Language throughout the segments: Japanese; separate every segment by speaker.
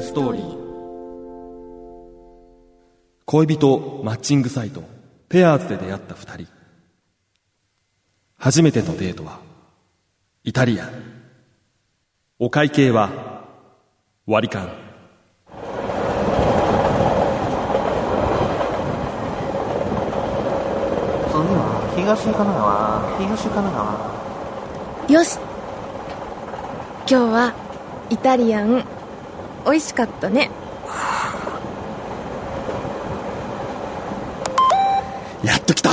Speaker 1: ストーリー恋人マッチングサイトペアーズで出会った2人初めてのデートはイタリアンお会計は割り勘
Speaker 2: 次は東神奈川東神奈川
Speaker 3: よし今日はイタリアン美味しかったね
Speaker 1: やっと来た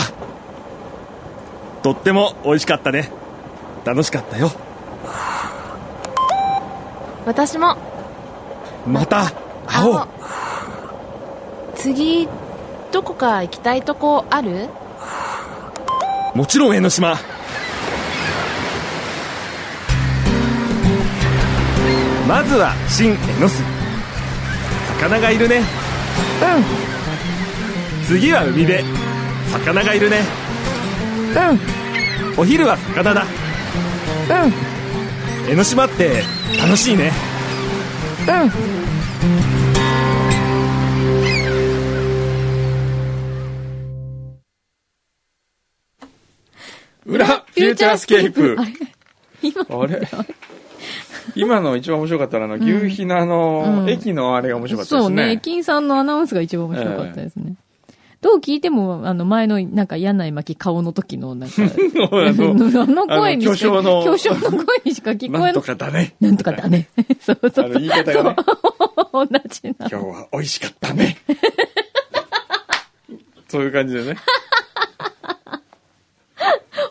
Speaker 1: とっても美味しかったね楽しかったよ
Speaker 3: 私も
Speaker 1: また会おう
Speaker 3: 次どこか行きたいとこある
Speaker 1: もちろん江ノ島まずは新江ノ水魚がいるねうん次は海辺魚がいるねうんお昼は魚だうん江ノ島って楽しいね
Speaker 4: 裏フューチャースケープ
Speaker 5: あれ今
Speaker 4: あ れ今の一番面白かったのは、あの、牛ひなの
Speaker 5: うん
Speaker 4: 駅のあれが面白かったで
Speaker 5: そ
Speaker 4: す
Speaker 5: う
Speaker 4: ね。
Speaker 5: ね。金さんのアナウンスが一番面白かったですね。どう聞いても、あの、前の、なんか、柳井巻顔の時の、 なんか、
Speaker 4: そうあの
Speaker 5: あの 声にしか、
Speaker 4: あの巨
Speaker 5: 巨
Speaker 4: 匠
Speaker 5: 匠の声にしか聞こ
Speaker 4: な
Speaker 5: え
Speaker 4: ん
Speaker 5: な
Speaker 4: と
Speaker 5: い。
Speaker 4: かだね。
Speaker 5: なんとかだね。 そうそう
Speaker 4: あ
Speaker 5: そう
Speaker 4: の、。言い方がね、
Speaker 5: 同じな。
Speaker 4: 今日は美味しかったね。 そういう感じでね。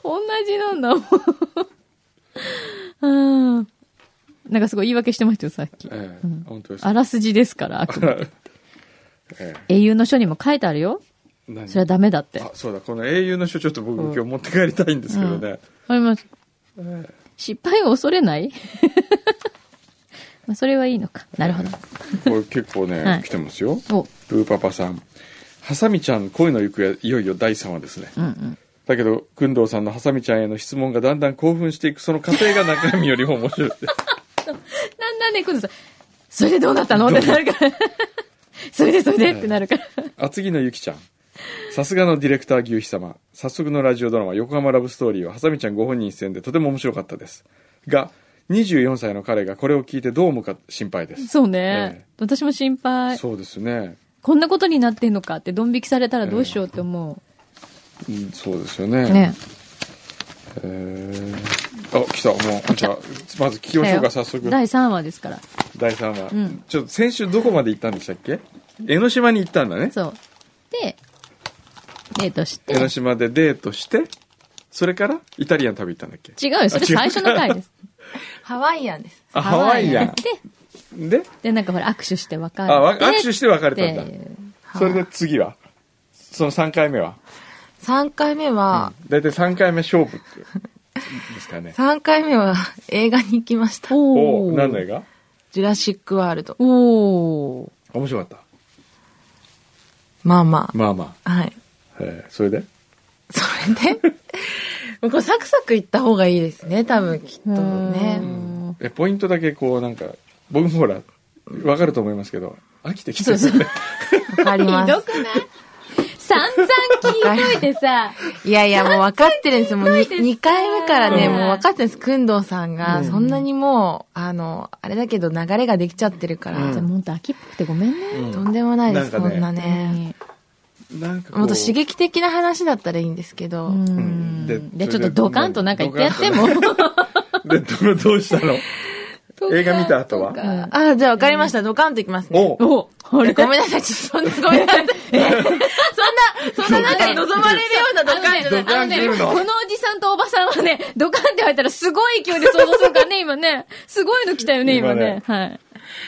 Speaker 5: 同じなん だもん。うん。なんかすごい言い訳してましたよ、さっき。
Speaker 4: ええ本当です。
Speaker 5: あらすじですから、あくまで
Speaker 4: え
Speaker 5: 英雄の書にも書いてあるよ。
Speaker 4: え何
Speaker 5: それはダメだって。
Speaker 4: あ
Speaker 5: わ、
Speaker 4: そうだ、この英雄の書ちょっと僕今日持って帰りたいんですけどね。
Speaker 5: かります。失敗を恐れない まあそれはいいのか。なるほど。
Speaker 4: これ結構ね、
Speaker 5: はい
Speaker 4: 来てますよ。
Speaker 5: お、
Speaker 4: プーパパさん。ハサミちゃん、恋の行方、いよいよ第3話ですね。
Speaker 5: うんうん。
Speaker 4: だけど、工藤さんのハサミちゃんへの質問がだんだん興奮していく、その過程が中身よりも面白い。
Speaker 5: なんだね、くずさん。それでどうなったのってなる から。それでそれでってなるから。
Speaker 4: 厚木のゆきちゃん。さすがのディレクター牛飛様。早速のラジオドラマ、横浜ラブストーリーは、ハサミちゃんご本人出演でとても面白かったです。が、24歳の彼がこれを聞いてどう思うか心配です。
Speaker 5: そうね。
Speaker 4: ええ
Speaker 5: 私も心配。
Speaker 4: そうですね。
Speaker 5: こんなことになってんのかって、ドン引きされたらどうしようって思
Speaker 4: うん、そうですよ
Speaker 5: う。
Speaker 4: ね。
Speaker 5: ね。
Speaker 4: えーあ、来た。もう、じゃあ、まず聞きましょうか、早速。
Speaker 5: 第3話ですから。
Speaker 4: 第3話、
Speaker 5: うん
Speaker 4: ちょっと先週どこまで行ったんでしたっけ江ノ島に行ったんだね。
Speaker 5: そう。で、デートして
Speaker 4: 江。ノ島でデートして、それからイタリアン食べ行ったんだっけ
Speaker 5: 違うよ、それ最初の回です。
Speaker 3: ハワイアンです
Speaker 4: あ、ハワイア
Speaker 5: 行
Speaker 4: ン
Speaker 5: っ。て、
Speaker 4: で、
Speaker 5: で、なんかほら、握手して別れて。
Speaker 4: あ、わ握手して別れたんだ。
Speaker 5: で
Speaker 4: それで次はその3回目は
Speaker 3: 3回目は、
Speaker 4: 大体3回目勝負ってです かね。
Speaker 3: 3回目は 映画に行きました
Speaker 4: お
Speaker 5: お
Speaker 4: お
Speaker 5: ー。
Speaker 4: 何の映画
Speaker 3: ジュラシックワールド
Speaker 5: おー。
Speaker 4: 面白かっ
Speaker 3: まあま
Speaker 4: た。まあま
Speaker 3: あはい
Speaker 4: あ。えーそれで
Speaker 3: それ でもうこれサクサク行った方がいいですね多分きっとね
Speaker 5: うん
Speaker 4: え、ポイントだけこうなんか、僕もほら、わかると思いますけど、飽きてきてるよね。
Speaker 3: わかりま
Speaker 5: ひど
Speaker 3: す
Speaker 5: くない散々聞いといてさ、
Speaker 3: いやいや、もう分かってるんですよ。もう 2, 回目からね、
Speaker 5: うん
Speaker 3: もう分かってるんです。くんどうさんが、そんなにもう、あの、あれだけど流れができちゃってるから、
Speaker 4: うん
Speaker 5: じゃあもっと秋っぽくてごめんね。
Speaker 3: とんでもないです、
Speaker 4: なんか
Speaker 3: こ
Speaker 4: ね
Speaker 3: んなね。
Speaker 4: なんかこう。
Speaker 3: もっと刺激的な話だったらいいんですけど、
Speaker 5: うん。
Speaker 4: で
Speaker 5: で、ちょっとドカンとなんか言ってやっても。
Speaker 4: で、どどうしたの映画見た後は
Speaker 3: ああ、じゃあ分かりました。ドカンといきますね。
Speaker 4: おう
Speaker 5: お、あれ
Speaker 3: ごめんなさい、ちょっとそんな、ごめんなさい。そんな、そんななんか望まれるようなドカンじゃ ない。
Speaker 4: ドカンするの
Speaker 5: このおじさんとおばさんはね、ドカンって入ったらすごい勢いで想像するからね、今ね。すごいの来たよね、今ね。はい。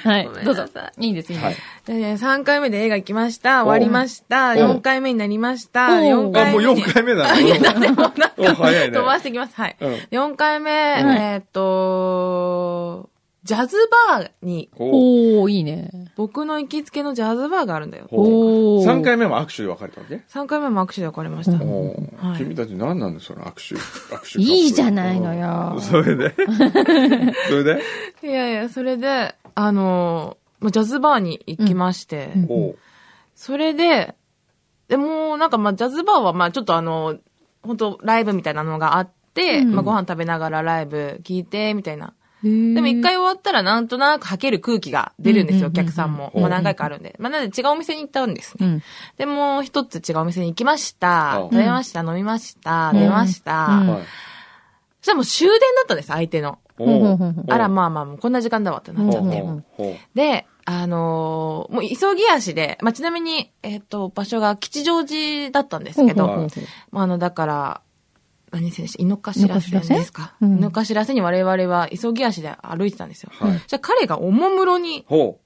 Speaker 5: はい。どうぞ。いいです、いいです。
Speaker 3: で3回目で映画行きました。終わりました。4回目になりました。
Speaker 5: お
Speaker 3: 4
Speaker 4: あ、
Speaker 3: 回
Speaker 4: もう
Speaker 3: 目に。
Speaker 4: 4回目だね。 お早いね
Speaker 3: 飛。ばしていきます。はい。
Speaker 4: うん
Speaker 3: 4回目、えーっと、ジャズバーに、
Speaker 4: おう
Speaker 5: おー、いいね。
Speaker 3: 僕の行きつけのジャズバーがあるんだよ。
Speaker 4: お
Speaker 5: おー
Speaker 4: 3回目も握手で別れたわけ
Speaker 3: 3回目も握手で別れました。
Speaker 4: おう
Speaker 3: はい
Speaker 4: 君たち何なんですか握手、握手カップル。
Speaker 5: いいじゃないのよ。
Speaker 4: それでそれで
Speaker 3: いやいや、それで、あのーまあジャズバーに行きまして、
Speaker 5: うん
Speaker 4: おう
Speaker 3: それで、でもうなんかまあジャズバーはまあちょっとあの、本当ライブみたいなのがあって、
Speaker 5: うん
Speaker 3: まあご飯食べながらライブ聞いて、みたいな。
Speaker 5: で
Speaker 3: でも一回終わったらなんとなく吐ける空気が出るんですよ、
Speaker 5: う
Speaker 3: お
Speaker 5: んうんうんうん
Speaker 3: 客さんも。まあ何回かあるんで。まあなんで違うお店に行ったんですね。
Speaker 5: うん。
Speaker 3: で、もう一つ違うお店に行きました。
Speaker 4: うん
Speaker 3: 食べました、飲みました、
Speaker 5: うん
Speaker 3: 出ました。
Speaker 5: うん
Speaker 4: はい
Speaker 3: そしたらもう終電だったんです、相手の。
Speaker 5: ほうほう
Speaker 4: お
Speaker 5: ほう
Speaker 4: う
Speaker 5: ほう
Speaker 3: あら、まあまあ、もうこんな時間だわってなっちゃ
Speaker 5: う
Speaker 3: っ
Speaker 5: ん
Speaker 3: て。で、あのーもう急ぎ足で、まあ、ちなみに、えっ、と、場所が吉祥寺だったんですけど、
Speaker 4: ほうほう
Speaker 3: まあ、あの、だから、何線でした井の頭線ですか
Speaker 5: 井
Speaker 3: 井
Speaker 5: の頭線うん
Speaker 3: の頭線に我々は急ぎ足で歩いてたんですよ。
Speaker 4: はい
Speaker 3: じゃあ彼がおもむろに、
Speaker 4: ほ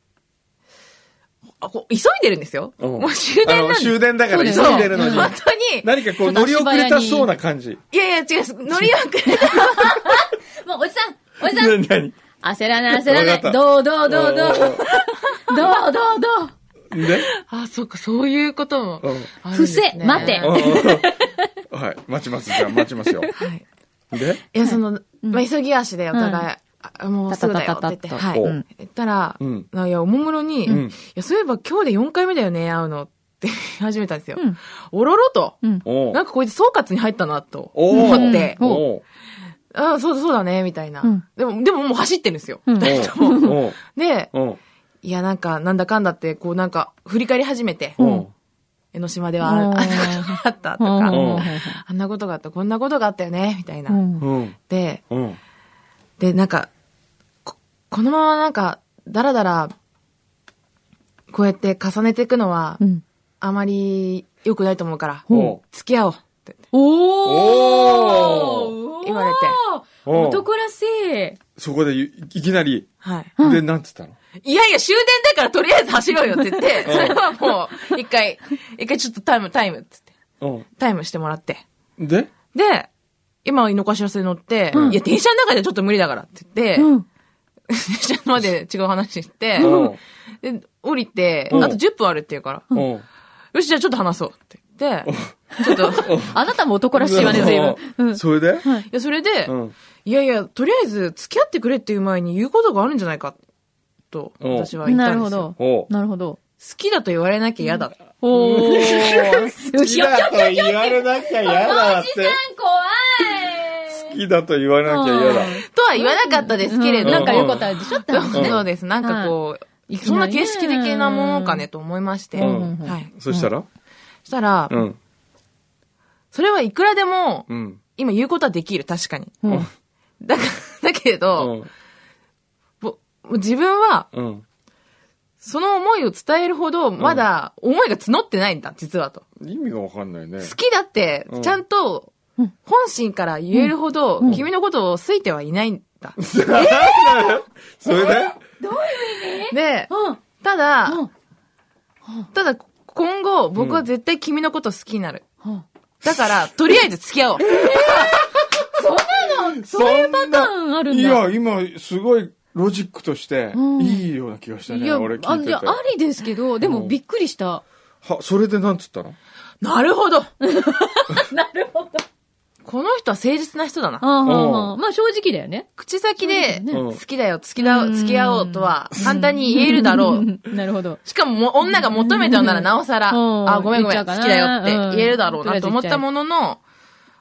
Speaker 3: あこう急いでるんですよ。
Speaker 4: ううん
Speaker 3: もう終
Speaker 4: あ
Speaker 3: 電
Speaker 4: の
Speaker 3: なんです
Speaker 4: 終電だから急
Speaker 5: そうだよ
Speaker 4: いでるのに
Speaker 5: 電
Speaker 3: 本当に、
Speaker 4: 何かこう乗り遅れたそうな感じ
Speaker 3: いやいや違う、乗り遅れ
Speaker 5: もう、おじさんおじさん
Speaker 4: 何何
Speaker 5: 焦らない、焦らな
Speaker 4: わ
Speaker 5: い
Speaker 4: か。った
Speaker 5: どうどうどうどう。どうどうどう。
Speaker 4: で
Speaker 3: あ、そっか、そういうことも
Speaker 4: うん
Speaker 3: あるんですね。
Speaker 5: 伏せ待て
Speaker 4: うんうんはい待ちますじゃあ待ちますよ
Speaker 3: はい。
Speaker 4: で
Speaker 3: いや、その、まあ、急ぎ足でお互い、あもうすぐだよって言って、
Speaker 5: たたたたた
Speaker 3: は
Speaker 4: お
Speaker 3: い。言ったら、
Speaker 4: うん
Speaker 3: いや、おもむろに、
Speaker 4: うん
Speaker 3: いや、そういえば今日で4回目だよね、会うのって始めたんですよ。
Speaker 5: うん
Speaker 3: おろろと、
Speaker 5: うん。
Speaker 4: おう
Speaker 3: なんかこいつ総括に入ったな、と
Speaker 4: おう
Speaker 3: 思って、
Speaker 5: うん
Speaker 4: おう
Speaker 3: ああ、そうだそうだね、みたいな。
Speaker 5: うん
Speaker 3: でも、でももう走ってるんですよ。
Speaker 5: うん
Speaker 3: 二人とも。
Speaker 4: おう
Speaker 3: で、
Speaker 4: おう
Speaker 3: いや、なんか、なんだかんだって、こうなんか、振り返り始めて、
Speaker 4: おう
Speaker 3: 江ノ島ではああんなことがあったとか、
Speaker 4: うん
Speaker 3: あんなことがあった、こんなことがあったよね、みたいな。
Speaker 5: うん
Speaker 4: うん
Speaker 3: で、
Speaker 4: うん
Speaker 3: で、なんか、ここのままなんか、だらだら、こうやって重ねていくのは、
Speaker 5: うん。
Speaker 3: あまり良くないと思うから、
Speaker 4: おう
Speaker 3: 付き合おうって
Speaker 5: お
Speaker 4: お
Speaker 5: ー
Speaker 3: 言われて。
Speaker 4: おう
Speaker 5: 男らしい。
Speaker 4: そこでいいきなり
Speaker 3: はい。
Speaker 4: でなんつったの
Speaker 3: いやいや、終電だからとりあえず走ろうよって言って、それはもう、一回、一回ちょっとタイム、タイムってって、
Speaker 4: う
Speaker 3: タイムしてもらって。
Speaker 4: んで
Speaker 3: で、今、井の頭線乗って、いや、電車の中ではちょっと無理だからって言って、
Speaker 5: うん。
Speaker 3: 電車まで違う話して、
Speaker 4: おう
Speaker 3: で、降りて、
Speaker 4: うん
Speaker 3: あと10分あるって言うから、
Speaker 4: おう
Speaker 3: よし、じゃあちょっと話そうって言って、ちょっと、い
Speaker 5: あなたも男らしいわね、随分。うん。
Speaker 4: それで
Speaker 3: や、それで、
Speaker 4: うん
Speaker 3: いやいや、とりあえず付き合ってくれっていう前に言うことがあるんじゃないか、と、
Speaker 4: うん
Speaker 3: 私は言ったんですよ。
Speaker 5: なるほど。
Speaker 4: おう
Speaker 5: なるほ
Speaker 3: 好
Speaker 5: ど。
Speaker 3: きだと言われなきゃ嫌だ。
Speaker 5: おー。
Speaker 4: 好きだと言われなきゃ嫌だって。
Speaker 5: 怖
Speaker 4: 好きだと言われなきゃ嫌だ。
Speaker 3: とは言わなかったですけれど、
Speaker 5: なんか良
Speaker 4: よ
Speaker 5: かったでしょって
Speaker 3: そう
Speaker 5: 話ね
Speaker 3: そうです。なんかこう、
Speaker 5: い
Speaker 3: そんな形式的なものかねと思いまして、
Speaker 4: うん
Speaker 3: はい。
Speaker 4: そしたら
Speaker 3: そしたら、
Speaker 4: うん。
Speaker 3: それはいくらでも、
Speaker 4: うん。
Speaker 3: 今言うことはできる、確かに。
Speaker 5: うん
Speaker 3: だから、だけれ
Speaker 4: う
Speaker 3: ど、
Speaker 4: ん。
Speaker 3: ぼもう自分は、
Speaker 4: うん。
Speaker 3: その思いを伝えるほど、まだ思いが募ってないんだ、実はと。
Speaker 4: 意味がわかんないね。
Speaker 3: 好きだって
Speaker 4: うん、
Speaker 3: ちゃんと、本心から言えるほど、君のことを好いてはいないんだ。
Speaker 4: それで
Speaker 3: で、
Speaker 5: うん。
Speaker 3: た
Speaker 5: う
Speaker 3: だ
Speaker 5: ん、
Speaker 3: ただ、今後、僕は絶対君のこと好きになる。だから、とりあえず付き合おう。
Speaker 4: そういうパ
Speaker 5: ターンあるんだ
Speaker 4: いや、今、すごいロジックとして、いいような気がした
Speaker 5: い
Speaker 4: ね。
Speaker 5: や、
Speaker 4: 俺
Speaker 5: あ
Speaker 4: 聞
Speaker 5: い
Speaker 4: いてて。
Speaker 5: やありですけど、でもびっくりした。
Speaker 4: は、それでなんつったの
Speaker 3: なる ほど
Speaker 5: なるほど。
Speaker 3: この人は誠実な人だな。
Speaker 5: あ
Speaker 4: う
Speaker 5: あ、まあ正直だよね。
Speaker 3: 口先で、
Speaker 5: そうだ
Speaker 4: よ
Speaker 3: 好
Speaker 4: ね
Speaker 3: きだよ、付き合お
Speaker 5: う
Speaker 3: う、
Speaker 5: ん
Speaker 3: 付き合おうとは、簡単に言えるだろう。
Speaker 5: なるほど。
Speaker 3: しかももう女が求めたのならなおさら、
Speaker 5: うん
Speaker 3: あ、ごめんごめ
Speaker 5: 言
Speaker 3: ん、
Speaker 5: っちゃ
Speaker 3: 好
Speaker 5: う
Speaker 3: き
Speaker 5: か
Speaker 3: だよ
Speaker 5: な
Speaker 3: って言えるだろう
Speaker 5: う
Speaker 3: なんと思ったものの、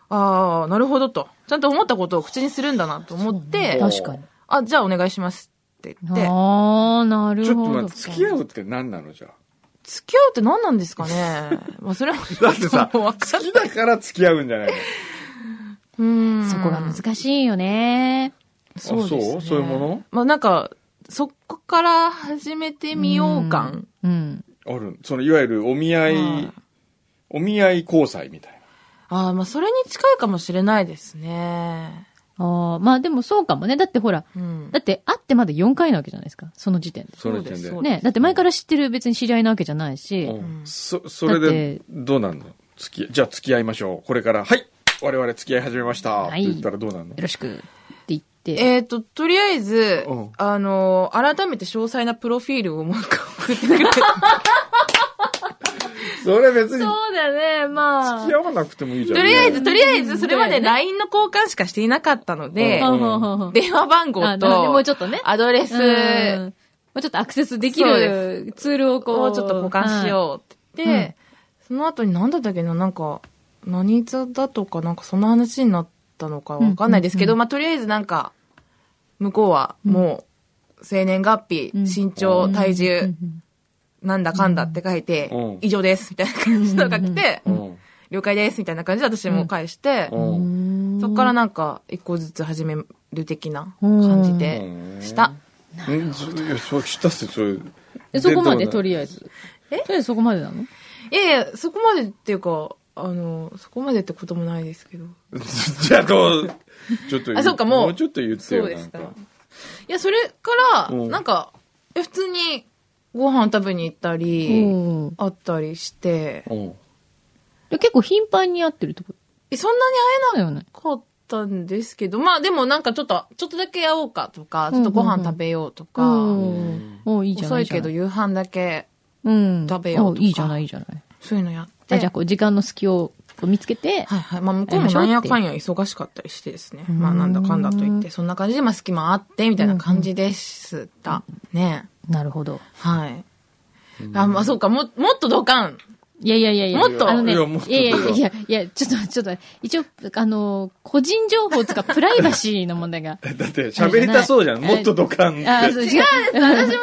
Speaker 3: ああ、なるほどと。ちゃんと思ったことを口にするんだなと思って、
Speaker 4: そうね
Speaker 5: 確かに。
Speaker 3: あ、じゃあお願いしますって言って、
Speaker 5: ああ、なる
Speaker 4: ちょっと
Speaker 5: ほ
Speaker 4: 待
Speaker 5: ど。
Speaker 4: って、付き合うって何なのじゃあ
Speaker 3: 付き合うって何なんですか ねまあそれは、
Speaker 4: だってさ、
Speaker 3: もう
Speaker 4: 好
Speaker 3: 分かん
Speaker 4: きだから付き合うんじゃないの
Speaker 3: うーん
Speaker 5: そこが難しいよね。
Speaker 3: そうですね
Speaker 4: あそうそういうもの
Speaker 3: まあなんか、そこから始めてみよう感。
Speaker 5: うん。
Speaker 4: あるその、いわゆるお見合い
Speaker 3: はい、
Speaker 4: お見合い交際みたいな。
Speaker 3: ああ、まあそれに近いかもしれないですね。
Speaker 5: ああ、まあでもそうかもね。だってほら、
Speaker 3: うん
Speaker 5: だ。って会ってまだ4回なわけじゃないですか。その時点で。
Speaker 4: その時点で。
Speaker 3: そうです
Speaker 5: ね。だって前から知ってる別に知り合いなわけじゃないし。
Speaker 4: うんそ、それで
Speaker 5: だって、
Speaker 4: どうなんの付き、じゃあ付き合いましょう。これから、はい我々付き合い始めました。
Speaker 5: は
Speaker 4: っ
Speaker 5: い
Speaker 4: て言ったらどうなんの
Speaker 5: よろしくって言って。
Speaker 3: えっ、と、とりあえず、
Speaker 4: うん
Speaker 3: あの、改めて詳細なプロフィールをもう一回送ってくれ。 と
Speaker 4: それ別に、
Speaker 5: そうだね、ま
Speaker 4: 付き合わなくてもいいじゃん。
Speaker 3: りあえず、とりあえず、それま
Speaker 5: う
Speaker 3: で
Speaker 5: ん
Speaker 3: LINE の交換しかしていなかったので
Speaker 4: う、
Speaker 5: ほう
Speaker 4: ん
Speaker 5: ほうほうほう
Speaker 3: 電話番号
Speaker 5: あなるほどねもうちょ
Speaker 3: と、
Speaker 5: っとね
Speaker 3: アドレス、
Speaker 5: うんうちょっとアクセスでき
Speaker 3: そう
Speaker 5: るツールをこ
Speaker 3: こ
Speaker 5: う。
Speaker 3: うちょっと保管しようって言って、その後に何だったっけな、なんか、何座だとか、なんかその話になったのかわかんないですけど、
Speaker 5: うんうんうん
Speaker 3: まあ、とりあえずなんか、向こうはもう、生年月日、
Speaker 5: うん
Speaker 3: 身
Speaker 5: う
Speaker 3: 長、
Speaker 5: ん
Speaker 3: 体重、
Speaker 5: うんうん
Speaker 3: なんだかんだって書いて、
Speaker 4: うん
Speaker 3: 以上です、みたいな感じのが来て、
Speaker 4: うん。
Speaker 3: 了解です、みたいな感じで私も返して、
Speaker 4: うん。
Speaker 5: うん
Speaker 3: そっからなんか、一個ずつ始める的な感じで、した。
Speaker 4: うん。いやそうしたっすよそれ。
Speaker 5: えそこまでと
Speaker 4: 取
Speaker 5: りあえず。えとりあえずそこまでなの
Speaker 3: いやいや、そこまでっていうか、あの、そこまでってこともないですけど。
Speaker 4: り。 じゃあどうちょっと言
Speaker 3: あそうかもう
Speaker 4: もうちょっと言ってよ。
Speaker 3: そうですか
Speaker 4: なん
Speaker 3: いや、それから、
Speaker 4: うん
Speaker 3: なんか、え普通にご飯食べに行ったり、
Speaker 5: うん
Speaker 3: 会ったりして、
Speaker 4: うん。
Speaker 5: で結構頻繁に会ってるってこ
Speaker 3: えそんなに
Speaker 5: とだよね。
Speaker 3: 会えなかったんですけど、まあでもなんかちょっと、ちょっとだけ会おうかとか、ちょっとご飯食べようとか、
Speaker 5: うん。おいいじゃな
Speaker 3: 遅
Speaker 5: い。
Speaker 3: いけど
Speaker 5: いいじ
Speaker 3: 夕飯だけ、
Speaker 5: ゃないうん。
Speaker 3: 食べようとか
Speaker 5: おいいじゃない、いいじゃない。
Speaker 3: そういうのやって。
Speaker 5: あじゃあ、こう、時間の隙をこう見つけて、
Speaker 3: はいはい。まあ、向こうもなんやかんや忙しかったりしてですね。
Speaker 5: ん
Speaker 3: まあ、なんだかんだと言って、そんな感じで、まあ、隙間あって、みたいな感じでした。ね。
Speaker 5: なるほど。
Speaker 3: はい。あ、まあ、そうか、も、もっとドカン。
Speaker 5: いやいやいやいや。
Speaker 3: もっと
Speaker 5: あのね、
Speaker 4: い
Speaker 5: い
Speaker 4: や
Speaker 5: や
Speaker 4: もっと
Speaker 5: いやいや、いや、ちょっと、ちょっと、一応、あの、個人情報つか、プライバシーの問題が。
Speaker 4: だって喋りたそうじゃん。もっとドカン
Speaker 5: あ
Speaker 4: っ
Speaker 5: ー、そう
Speaker 4: て。
Speaker 5: 違う。
Speaker 3: 私も、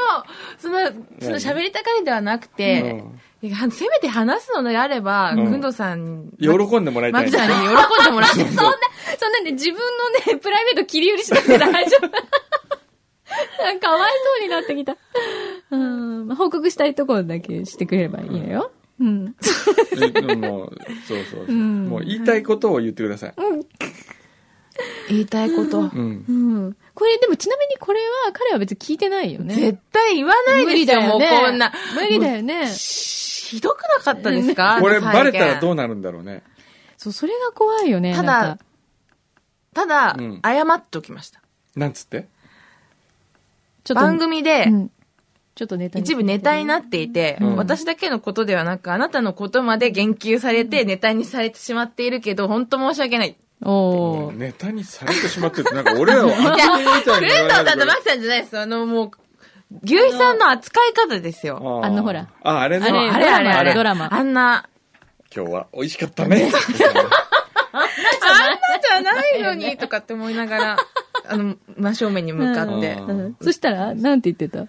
Speaker 3: その、その喋りたかいではなくて、いやせめて話すのであれば、
Speaker 4: ん
Speaker 3: くんどさんに、
Speaker 4: 喜んでもらいた
Speaker 3: マ
Speaker 4: い
Speaker 3: キ
Speaker 4: んだ
Speaker 3: さんに喜んでもらって、そう
Speaker 5: そんな、そんなね、自分のね、プ ライベート切り売りしなくて大丈夫。なんかかわいそうになってきた。うん。まあ報告したいところだけしてくれればいいのよ。うん。
Speaker 4: うんもう、そうそうそう。もう言いたいことを言ってください。
Speaker 3: 言いたいこと。
Speaker 4: うん。
Speaker 5: うん。これ、でもちなみにこれは、彼は別に聞いてないよね。
Speaker 3: 絶対言わないですよ、もうこんな。
Speaker 5: 無理だよね。
Speaker 3: ひどくなかったですか
Speaker 4: これバレたら
Speaker 3: う
Speaker 4: どうなるんだろうね。
Speaker 5: そう、それが怖いよね。
Speaker 3: ただ
Speaker 5: なんか
Speaker 3: ただ
Speaker 4: うん、
Speaker 3: 謝っておきました。
Speaker 4: なんつって
Speaker 5: ちょっと
Speaker 3: 番組で
Speaker 5: う、んちょっとネタに
Speaker 3: 一部ネタになっていて、
Speaker 4: うん
Speaker 3: 私だけのことではなく、あなたのことまで言及されて、ネタにされてしまっているけど、本当申し訳ない。
Speaker 5: おー
Speaker 4: ネタにされてしまってて、なんか俺らを悪人みたい
Speaker 3: ル
Speaker 4: に
Speaker 3: ン
Speaker 4: 言わ
Speaker 3: ドさん
Speaker 4: ないでく
Speaker 3: と
Speaker 4: れ
Speaker 3: マキさんじゃないです。あの、もう、牛肥さんの扱い方ですよ。
Speaker 4: あー
Speaker 5: あのほら。
Speaker 4: あ、あれね
Speaker 5: あれ
Speaker 3: あれあれあれ。
Speaker 5: ドラマ
Speaker 3: あんな、
Speaker 4: 今日は美味しかったね。
Speaker 3: あんなじゃないのに、とかって思いなが ら、あの、真正面に向かって、
Speaker 4: うん
Speaker 5: うんそしたら、なんて言ってたあ、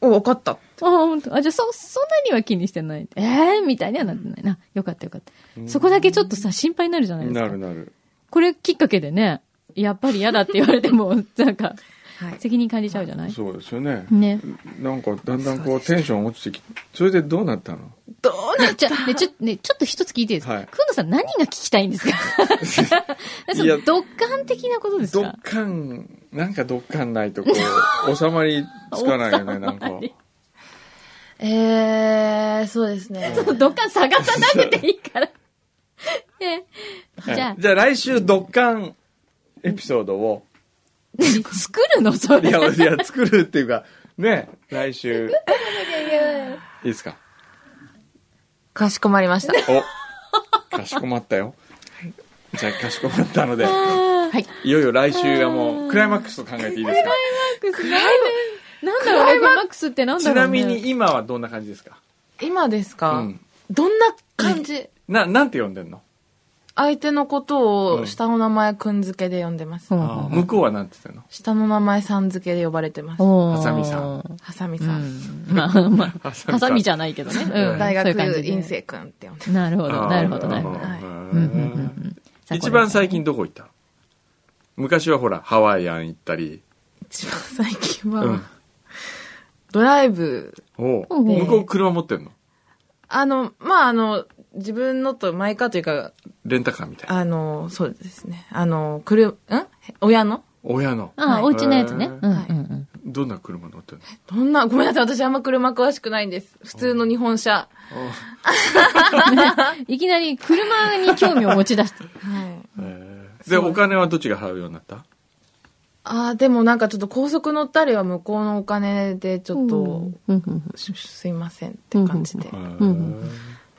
Speaker 3: お、分かった。
Speaker 5: 本当。あ、じゃあ、そ、そんなには気にしてない。えーみたいにはなってないな。よかったよかった。そこだけちょっとさ、心配になるじゃないですか。
Speaker 4: なるなる。
Speaker 5: これきっかけでね、やっぱり嫌だって言われて も、なんか、
Speaker 3: はい。
Speaker 5: 責任感じちゃうじゃない
Speaker 4: そうですよね。
Speaker 5: ね。
Speaker 4: なんかだんだんこうテンション落ちてきて、それでどうなったの
Speaker 3: どう
Speaker 5: ね、ちょ、 ね、ちょ、ね、ちょっと一つ聞いていいです
Speaker 4: はい
Speaker 5: かくんのさん何が聞きたいんですか そ
Speaker 4: いや
Speaker 5: の、ドッカン的なことです
Speaker 4: ド
Speaker 5: か
Speaker 4: ッカン、なんかドッカンないとこう、収まりつかないよね、なんか。
Speaker 3: えー、そうですね。
Speaker 5: ドッカン探さなくていい から。ね。じゃ
Speaker 4: は
Speaker 5: あ
Speaker 4: い、じゃあ来週ドッカンエピソードを、
Speaker 5: 何作るのそ
Speaker 4: い
Speaker 5: れ。
Speaker 4: や、 いや、作るっていうか、ね、来週。いいですか
Speaker 3: かしこまりました。
Speaker 4: お、かしこまったよ。じゃあ、かしこまったので、
Speaker 3: はい。
Speaker 4: いよいよ来週はもう、クライマックスと考えていいですか
Speaker 5: なんだろう、ライブマックスってなんだ
Speaker 4: ち
Speaker 5: ろ
Speaker 4: な
Speaker 5: う、ね。
Speaker 4: みに今はどんな感じですか
Speaker 3: 今ですか、
Speaker 4: うん
Speaker 3: どんな感じ
Speaker 4: な、なんて呼んでんの
Speaker 3: 相手のこと
Speaker 4: うん
Speaker 3: を下の名前くん付けで呼んでます。
Speaker 5: うん
Speaker 4: あー向こうはなんて言ってんの
Speaker 3: 下の名前さん付けで呼ばれてます。
Speaker 5: おー、
Speaker 4: ハサミさん
Speaker 3: ハサミ
Speaker 5: う
Speaker 3: さん。
Speaker 5: ん。まあまあ、
Speaker 4: ハサミさん
Speaker 5: ハサミじゃないけどね。うん。
Speaker 3: 大
Speaker 5: そう
Speaker 3: 学
Speaker 5: いう感じで
Speaker 3: 院。生くんって呼んでます。
Speaker 5: なるほ
Speaker 4: あ
Speaker 5: ど、
Speaker 4: ー
Speaker 5: なるほど、なるほど。
Speaker 3: はい
Speaker 4: うん
Speaker 5: うんうんうんさあ
Speaker 4: 一番最。
Speaker 5: これ
Speaker 4: 近どこ行ったの昔はほら、ハワイアン行ったり。
Speaker 3: 一番最近は、
Speaker 4: うん
Speaker 3: ドライブ、
Speaker 4: おう
Speaker 5: おう
Speaker 4: 向こう車持ってんの
Speaker 3: あの、まあ、あの、自分のとマイカーというか、
Speaker 4: レンタカーみたいな。
Speaker 3: あの、そうですね。あの、くる、ん親の
Speaker 4: 親の。
Speaker 5: ああ、お家のやつね。うんうん
Speaker 3: はい
Speaker 5: うん。
Speaker 4: どんな車乗ってんの
Speaker 3: どんな、ごめんなさい、私あんま車詳しくないんです。普通の日本車。
Speaker 5: いきなり車に興味を持ち出 した。
Speaker 3: はい。
Speaker 4: で、お金はどっちが払うようになった
Speaker 3: ああ、でもなんかちょっと高速乗ったりは向こうのお金でちょっと、
Speaker 5: うんうん
Speaker 3: すすいませんって感じで。
Speaker 4: へー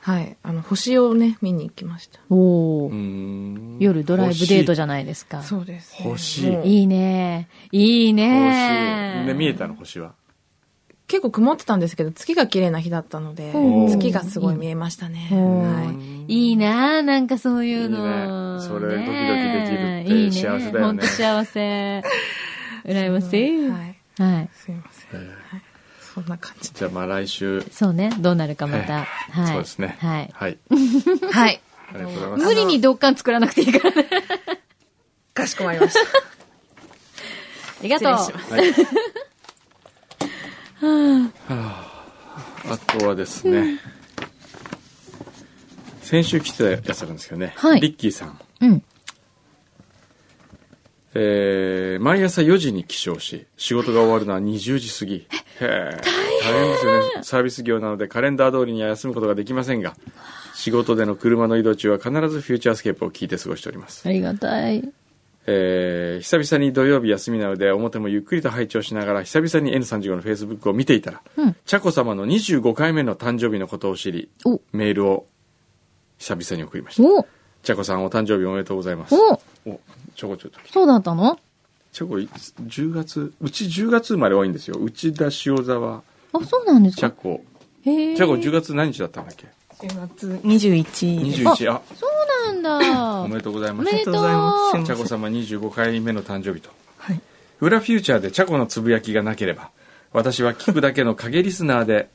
Speaker 3: はい。あの、星をね、見に行きました。
Speaker 5: お
Speaker 4: う
Speaker 5: ー
Speaker 4: ん
Speaker 5: 夜ドライブデートじ
Speaker 4: ゃ
Speaker 5: ゃないですか。
Speaker 3: そうです、ね。
Speaker 4: 星
Speaker 3: もう
Speaker 5: いいね。いいね。
Speaker 4: で見えたの星は
Speaker 3: 結構曇ってたんですけど、月が綺麗な日だったので、
Speaker 5: ほ
Speaker 4: う
Speaker 3: 月がすごい見えましたね。
Speaker 5: ほう
Speaker 3: はい。
Speaker 5: いいなあなんかそういうの。
Speaker 4: いいねそれ
Speaker 5: ねえ
Speaker 4: ドキドキできるって幸せだよね
Speaker 5: いいね。ほんと幸 せ。羨まし
Speaker 3: は
Speaker 5: い。
Speaker 3: い。
Speaker 5: はい。
Speaker 3: すいません。はい。そんな感じで。
Speaker 4: じゃあまあ来週
Speaker 5: そうね。どうなるかまた。はい。
Speaker 4: そうですね
Speaker 5: はい。
Speaker 4: はい
Speaker 3: はい。
Speaker 4: ありがとうございます
Speaker 5: 無理にドッカン作らなくていいからね。
Speaker 3: かしこまりました。
Speaker 5: ありがとう。
Speaker 3: 失礼します。
Speaker 4: あとはですね、先週来てたやつなんですけどね、
Speaker 5: はい
Speaker 4: リッキーさん、
Speaker 5: うん。
Speaker 4: えー毎朝4時に起床し仕事が終わるのは20時過ぎへえ大変ですよねサービス業なのでカレンダー通りには休むことができませんが仕事での車の移動中は必ずフューチャースケープを聞いて過ごしておりま す
Speaker 5: ありがたい。
Speaker 4: えー久々に土曜日休みなので表もゆっくりと拝聴しながら久々に N35 のフェイスブックを見ていたら、
Speaker 5: うん
Speaker 4: 茶子様の25回目の誕生日のことを知り
Speaker 5: お
Speaker 4: メールを久々に送りました
Speaker 5: お
Speaker 4: 茶子さんお誕生日おめでとうございます
Speaker 5: お
Speaker 4: おちょこちょこ
Speaker 5: そうだったの
Speaker 4: ちょこ10月うち10月生まれ多いんですよ内田塩沢
Speaker 5: あ、そうなんです
Speaker 4: 茶
Speaker 5: か。
Speaker 4: 子
Speaker 5: へえ。
Speaker 4: 茶子10
Speaker 5: そ
Speaker 4: 月何日だったんだっけ
Speaker 2: 10月21です。
Speaker 4: 21あ
Speaker 5: うな
Speaker 4: お
Speaker 5: んだ。
Speaker 4: めでとうござい
Speaker 5: お
Speaker 4: ま
Speaker 5: め
Speaker 4: す
Speaker 5: でとう。
Speaker 2: ありがとうございます
Speaker 4: 茶子様25回目の誕生日と
Speaker 2: はい。
Speaker 4: 裏フューチャーでチャコのつぶやきがなければ私は聞くだけの影リスナーで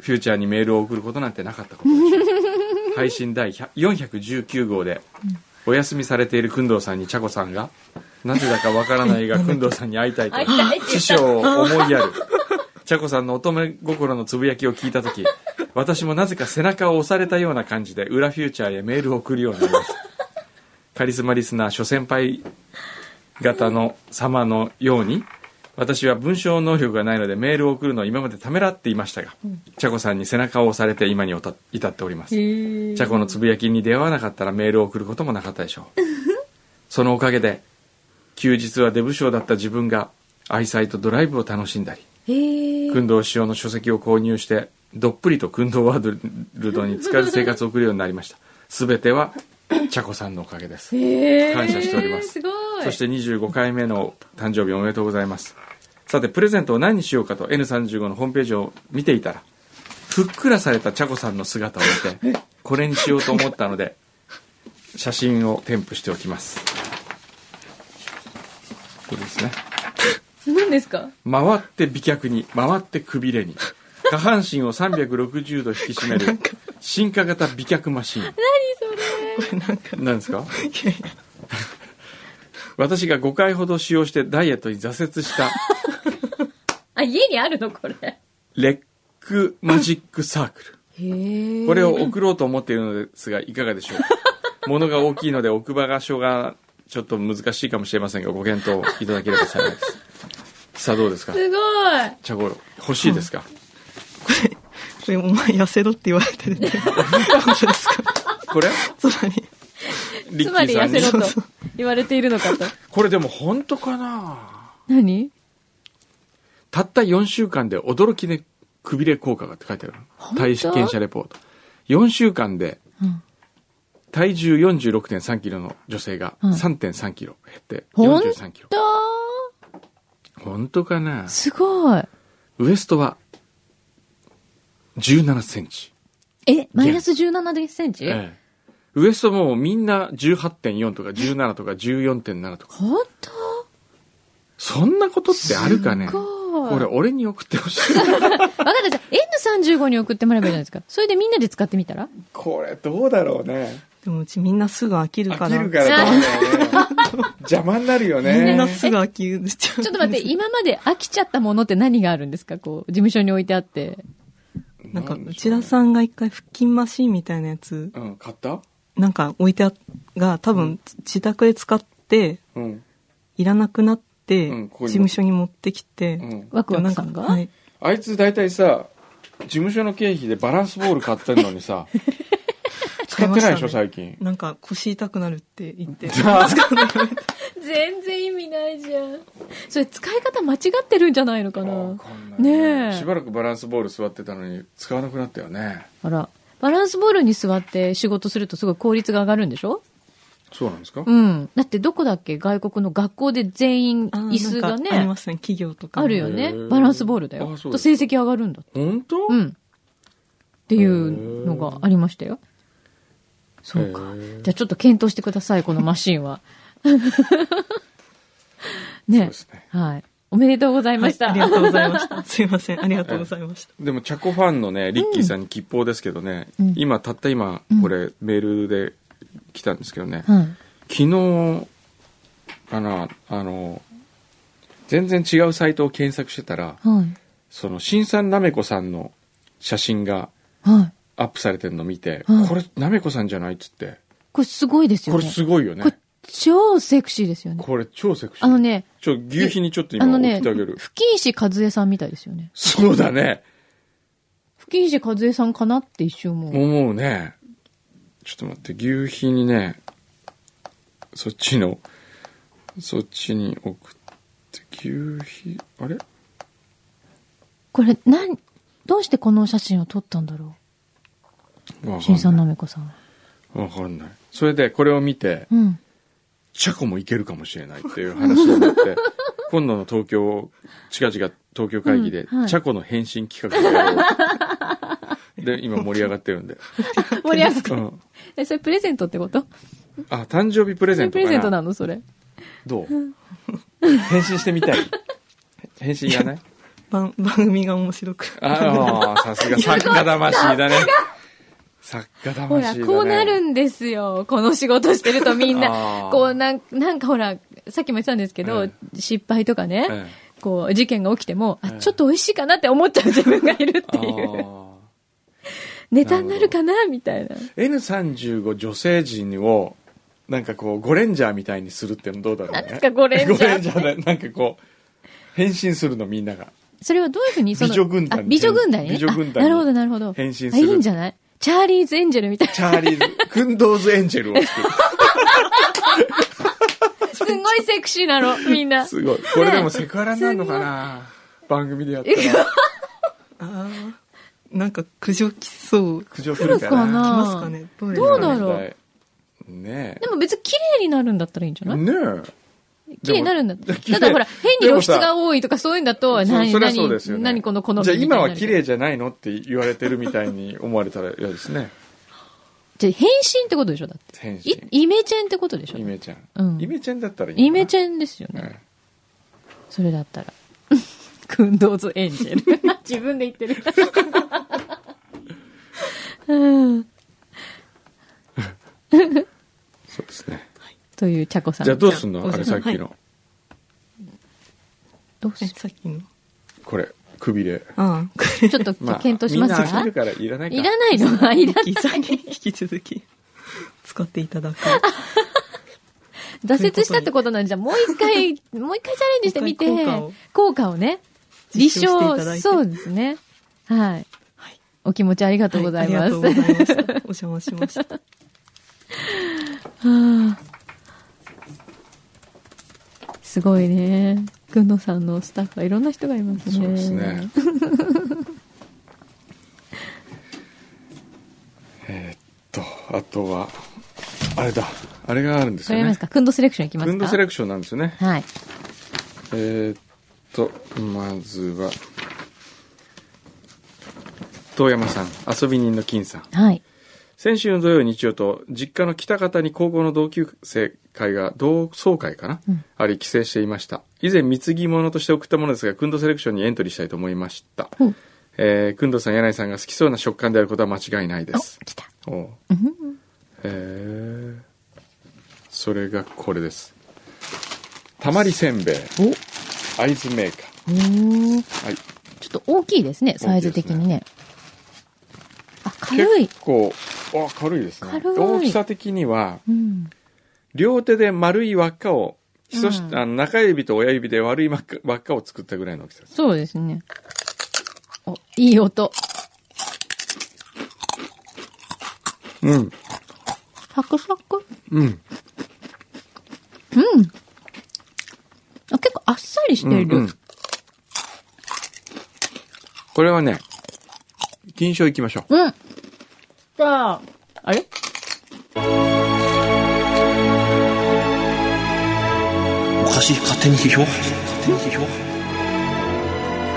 Speaker 4: フューチャーにメールを送ることなんてなかったことでした配信第100 419号でお休みされている工藤さんにチャコさんがなぜだかわからないが工藤さんに会いたいと
Speaker 5: 会いたいって言った
Speaker 4: 師匠を思いやるチャコさんの乙女心のつぶやきを聞いた時私もなぜか背中を押されたような感じで裏フューチャーへメールを送るようになりましたカリスマリスナー諸先輩方の様のように私は文章能力がないのでメールを送るのを今までためらっていましたが、ちゃこさんに背中を押されて今におた至っております
Speaker 5: へえ
Speaker 4: ちゃこのつぶやきに出会わなかったらメールを送ることもなかったでしょうそのおかげで休日は出不精だった自分が愛妻とドライブを楽しんだり
Speaker 5: へえ。
Speaker 4: 訓導師用の書籍を購入してどっぷりと訓導ワールドに浸かる生活を送るようになりました全てはちゃこさんのおかげです
Speaker 5: へえ
Speaker 4: 感謝しております
Speaker 5: すごい。
Speaker 4: そして25回目の誕生日おめでとうございます。さて、プレゼントを何にしようかと N35 のホームページを見ていたら、ふっくらされたちゃこさんの姿を見て、これにしようと思ったので、写真を添付しておきます。これですね。
Speaker 5: 何ですか
Speaker 4: 回って美脚に、回ってくびれに、下半身を360度引き締める、進化型美脚マシン。何ですか私が5回ほど使用してダイエットに挫折した
Speaker 5: あ、家にあるのこれ。
Speaker 4: レックマジックサークル。
Speaker 3: へえ。
Speaker 4: これを送ろうと思っているのですが、いかがでしょうか物が大きいので置く場所がちょっと難しいかもしれませんが、ご検討いただければ幸いです。さあどうですか
Speaker 5: すごい。
Speaker 4: チャコ、欲しいですか
Speaker 6: それお前痩せろって言われてるって本当ですか
Speaker 4: これ
Speaker 6: つまり
Speaker 4: リ
Speaker 5: つ
Speaker 4: ッ
Speaker 5: ま
Speaker 4: キー
Speaker 5: り
Speaker 4: さ
Speaker 5: 痩
Speaker 4: んに
Speaker 5: せ。ろと言われているの かと。
Speaker 4: これでも本当かな
Speaker 5: 何
Speaker 4: たった4週間で驚きでくびれ効果がって書いてある
Speaker 5: 当
Speaker 4: 体験者レポート4週間で
Speaker 5: うん
Speaker 4: 体重4 6 3キロの女性が
Speaker 5: うん
Speaker 4: 3 3キロ減って
Speaker 5: ほん
Speaker 4: 4 3キロ
Speaker 5: だ
Speaker 4: 本当かな
Speaker 5: ーすごい。
Speaker 4: ウエストは1 7ンチ、
Speaker 5: え、マイナス17センチ
Speaker 4: ええウエストもみんな18.4とか17とか14.7とか
Speaker 5: 本当
Speaker 4: そんなことってあるかね
Speaker 5: すごい
Speaker 4: これ俺に送ってほしい
Speaker 5: わかったじゃん N35 に送ってもらえばいいじゃないですか。それでみんなで使ってみたら
Speaker 4: これどうだろうね
Speaker 6: でもうちみんなすぐ飽きるか
Speaker 4: らダ
Speaker 6: ら
Speaker 4: メだよね邪魔になるよ
Speaker 6: みんな
Speaker 4: ね
Speaker 6: すぐ飽きるちゃう
Speaker 5: ちょっと待っ て、今まで飽きちゃったものって何があるんですかこう、事務所に置いてあって。
Speaker 6: なんか内田さんが一回腹筋マシンみたいなやつ
Speaker 4: うん買った
Speaker 6: なんか置いてあっが多分自宅で使って
Speaker 4: うん
Speaker 6: いらなくなって
Speaker 4: うん
Speaker 6: 事
Speaker 4: ここに
Speaker 6: 務所に持ってきて、
Speaker 4: うん
Speaker 5: ワクワ
Speaker 6: な
Speaker 5: ク
Speaker 6: ん
Speaker 5: さ
Speaker 6: か
Speaker 5: んが、
Speaker 6: はい、
Speaker 4: あいつ大体さ事務所の経費でバランスボール買ってんの にさ使ってないでしょ
Speaker 6: 買
Speaker 4: 最近
Speaker 6: なんか腰痛くなるって言 って
Speaker 5: 全然意味ないじゃん。それ使い方間違ってるんじゃないのかな
Speaker 4: わかんない
Speaker 5: ねえ
Speaker 4: しばらくバランスボール座ってたのに使わなくなったよね
Speaker 5: あら。バランスボールに座って仕事するとすごい効率が上がるんでしょ
Speaker 4: そうなんですか
Speaker 5: うん。だってどこだっけ外国の学校で全員
Speaker 6: あー
Speaker 5: 椅子が
Speaker 6: なん
Speaker 5: ね、
Speaker 6: かありま
Speaker 5: あ
Speaker 6: すね、企業とか。
Speaker 5: るよね
Speaker 4: へー。
Speaker 5: バランスボールだよ
Speaker 4: あ。そう
Speaker 5: と
Speaker 4: です
Speaker 5: 成績上がるんだって。
Speaker 4: 本当
Speaker 5: うん。っていうのがありましたよ。そうか
Speaker 4: へ。ー
Speaker 5: じゃあちょっと検討してください、このマシン は。
Speaker 4: そう
Speaker 5: ね
Speaker 4: で。すね。
Speaker 5: はい。おめでとうございました。
Speaker 6: はい。ありがとうございました。 すいません、ありがとうございました。
Speaker 4: でも、チャコファンのね、リッキーさんに吉報ですけどね、
Speaker 5: うん
Speaker 4: 今、たった今、これ、メールで来たんですけどね、
Speaker 5: はい。
Speaker 4: 昨日かな、あの、全然違うサイトを検索してたら、
Speaker 5: はい。
Speaker 4: その、新さんなめこさんの写真が
Speaker 5: はい。
Speaker 4: アップされてるの見て、
Speaker 5: はい
Speaker 4: これ、なめこさんじゃないっつって、
Speaker 5: これすごいですよ
Speaker 4: こ
Speaker 5: ね。
Speaker 4: れすごいよね
Speaker 5: こ。れ超セクシーですよね。
Speaker 4: これ、超セクシー。
Speaker 5: あのね、
Speaker 4: ちょ、牛皮にちょっ
Speaker 5: あ
Speaker 4: と今
Speaker 5: の
Speaker 4: 置
Speaker 5: ね、
Speaker 4: いてあげる。
Speaker 5: 不謹石和江さんみたいですよね。
Speaker 4: そうだね。
Speaker 5: 不謹石和江さんかなって一瞬思う。
Speaker 4: 思うね。ちょっと待って、牛皮にね、そっちの、そっちに送って、牛皮、あれ
Speaker 5: これ、なん、どうしてこのお写真を撮ったんだろ
Speaker 4: わ
Speaker 5: う新
Speaker 4: か
Speaker 5: さ
Speaker 4: ん
Speaker 5: ん
Speaker 4: な。
Speaker 5: ないめこさんは。
Speaker 4: わかんない。それで、これを見て、
Speaker 5: うん。
Speaker 4: チャコもいけるかもしれないっていう話に なって、今度の東京、近々東京会議で、
Speaker 5: うんはい
Speaker 4: チャコの返信企画をやろうで、今盛り上がってるんで。
Speaker 5: 盛り上がって
Speaker 4: う
Speaker 5: る。
Speaker 4: ん。
Speaker 5: え、それプレゼントってこと
Speaker 4: あ、誕生日プレ
Speaker 5: そ
Speaker 4: ゼ
Speaker 5: れ
Speaker 4: ント
Speaker 5: プ
Speaker 4: かな。
Speaker 5: レゼントなのそれ。
Speaker 4: どう 返信してみたい。返信いらない
Speaker 6: 番番組が面白く。
Speaker 4: ああ、さすが作家魂だね。作家魂だね。
Speaker 5: ほら、こうなるんですよ。この仕事してるとみんな
Speaker 4: あー。
Speaker 5: こう、なんなんかほら、さっきも言ってたんですけど、
Speaker 4: え
Speaker 5: 失敗とかね、
Speaker 4: え
Speaker 5: こう、事件が起きても、あ、
Speaker 4: ええ
Speaker 5: ちょっと美味しいかなって思っちゃう自分がいるっていう。
Speaker 4: ああ。
Speaker 5: ネタになるかなみたいな。
Speaker 4: N35 女性陣を、なんかこう、ゴレンジャーみたいにするってのどうだろうね。
Speaker 5: 何ですか、ゴレンジ
Speaker 4: ゴレ
Speaker 5: ャ
Speaker 4: ン
Speaker 5: ー。
Speaker 4: ジャーだなんかこう、変身するのみんなが。
Speaker 5: それはどういうふうにその、
Speaker 4: 美女軍団
Speaker 5: あ美女軍団に
Speaker 4: 美女軍団
Speaker 5: あな
Speaker 4: に
Speaker 5: るほど、なるほど。
Speaker 4: 変身する
Speaker 5: あいいんじゃないチャーリーズ・エンジェルみたいな。
Speaker 4: チャーリーズ、クンドーズエンジェルを作 る。
Speaker 5: すごいセクシーなの、みんな。
Speaker 4: すごい。これでもセクハラになるのかな番組でやった ら。
Speaker 6: ああ。なんか苦情来そう。来
Speaker 4: 苦情するか
Speaker 5: そうか
Speaker 4: な。
Speaker 5: な
Speaker 6: ますかね。どういう
Speaker 5: どうだろう
Speaker 4: う。ねえ。
Speaker 5: でも別に綺麗になるんだったらいいんじゃない
Speaker 4: ねえ。
Speaker 5: 綺麗になるんだった
Speaker 4: でも
Speaker 5: ただほら、変に露出
Speaker 4: でもさ
Speaker 5: が多いとかそういうんだと、
Speaker 4: そ
Speaker 5: 何、
Speaker 4: そりゃそ
Speaker 5: 何
Speaker 4: うですよ、ね、
Speaker 5: 何この好みみ
Speaker 4: じ
Speaker 5: た
Speaker 4: ゃあ
Speaker 5: いに
Speaker 4: 今
Speaker 5: な
Speaker 4: は
Speaker 5: る
Speaker 4: 綺麗じゃないのって言われてるみたいに思われたら嫌です ね
Speaker 5: じゃあ変身ってことでしょだって。
Speaker 4: 変身
Speaker 5: いイメチェンってことでしょ
Speaker 4: イメちゃん、
Speaker 5: うん
Speaker 4: イメちゃんだったらいい
Speaker 5: イメ
Speaker 4: ゃ
Speaker 5: チェンですよ
Speaker 4: ん、
Speaker 5: ね。それだったら。 クンドーズ・エンジェル。 自分で言ってる。うん。
Speaker 4: そうですね
Speaker 5: というチャコさん。
Speaker 4: じゃあどうすんの
Speaker 6: じゃあ
Speaker 4: あれさっきの、
Speaker 5: どうす
Speaker 6: え
Speaker 5: る
Speaker 6: さっきの。
Speaker 4: これくびれ
Speaker 6: ああ、これ。
Speaker 5: ちょっと検討し
Speaker 4: みん
Speaker 5: ます
Speaker 4: な飽
Speaker 5: が
Speaker 4: きるからいらないか
Speaker 5: いらないのはい らない。
Speaker 6: 引き続き、引き続き、使っていただく。
Speaker 5: 挫折したってことなんじゃ、もう一回、もう一回チャレンジしてみて
Speaker 6: もう一回効果を、
Speaker 5: 効果をね、立
Speaker 6: 実証してい
Speaker 5: 証
Speaker 6: ただい、て
Speaker 5: そうですね。はい
Speaker 6: い。
Speaker 5: お気持ちありがとうござい
Speaker 6: はあ
Speaker 5: ま
Speaker 6: り
Speaker 5: す。
Speaker 6: がとうございました。お邪魔しました。
Speaker 5: すごいね。くんのさんのスタッフはいろんな人がいますね。
Speaker 4: そうです ねえーっとあとはあれだあれがあるんです
Speaker 5: わか
Speaker 4: よ
Speaker 5: りま
Speaker 4: ね
Speaker 5: すかくんどセレクションいきますか
Speaker 4: 運動セレクションなんですよね
Speaker 5: はい。
Speaker 4: えーっと、まずは、遠山さん、遊び人の金さん。
Speaker 5: はい。
Speaker 4: 先週の土曜日曜と、実家の北方に高校の同級生会が、同窓会かな、
Speaker 5: うん
Speaker 4: あり、帰省していました。以前、貢ぎ物として送ったものですが、くんどセレクションにエントリーしたいと思いました。
Speaker 5: うん
Speaker 4: えー、くんどさん、柳井さんが好きそうな食感であることは間違いないで
Speaker 5: お、
Speaker 4: す。
Speaker 5: 来た。
Speaker 4: おう
Speaker 5: うん
Speaker 4: へえそれがこれですたまりせんべい会津メーカ
Speaker 5: おー
Speaker 4: ー、はい、
Speaker 5: ちょっと大きいですね、サイズ的にね。あ、軽い。
Speaker 4: 結構あ軽いですね
Speaker 5: 軽い
Speaker 4: 大きさ的には
Speaker 5: うん。
Speaker 4: 両手で丸い輪っかをひそし、
Speaker 5: うん
Speaker 4: あの中指と親指で悪い輪っか輪っかを作ったぐらいの大きさです
Speaker 5: そうですね。お、いい音。
Speaker 4: うん
Speaker 5: サクサク。
Speaker 4: うん
Speaker 5: あ結構あっさりして
Speaker 4: うん
Speaker 5: いる。
Speaker 4: うんこれはね金賞いきましょう
Speaker 5: うん。った。あれ
Speaker 7: おかしい勝手に批評勝手に批評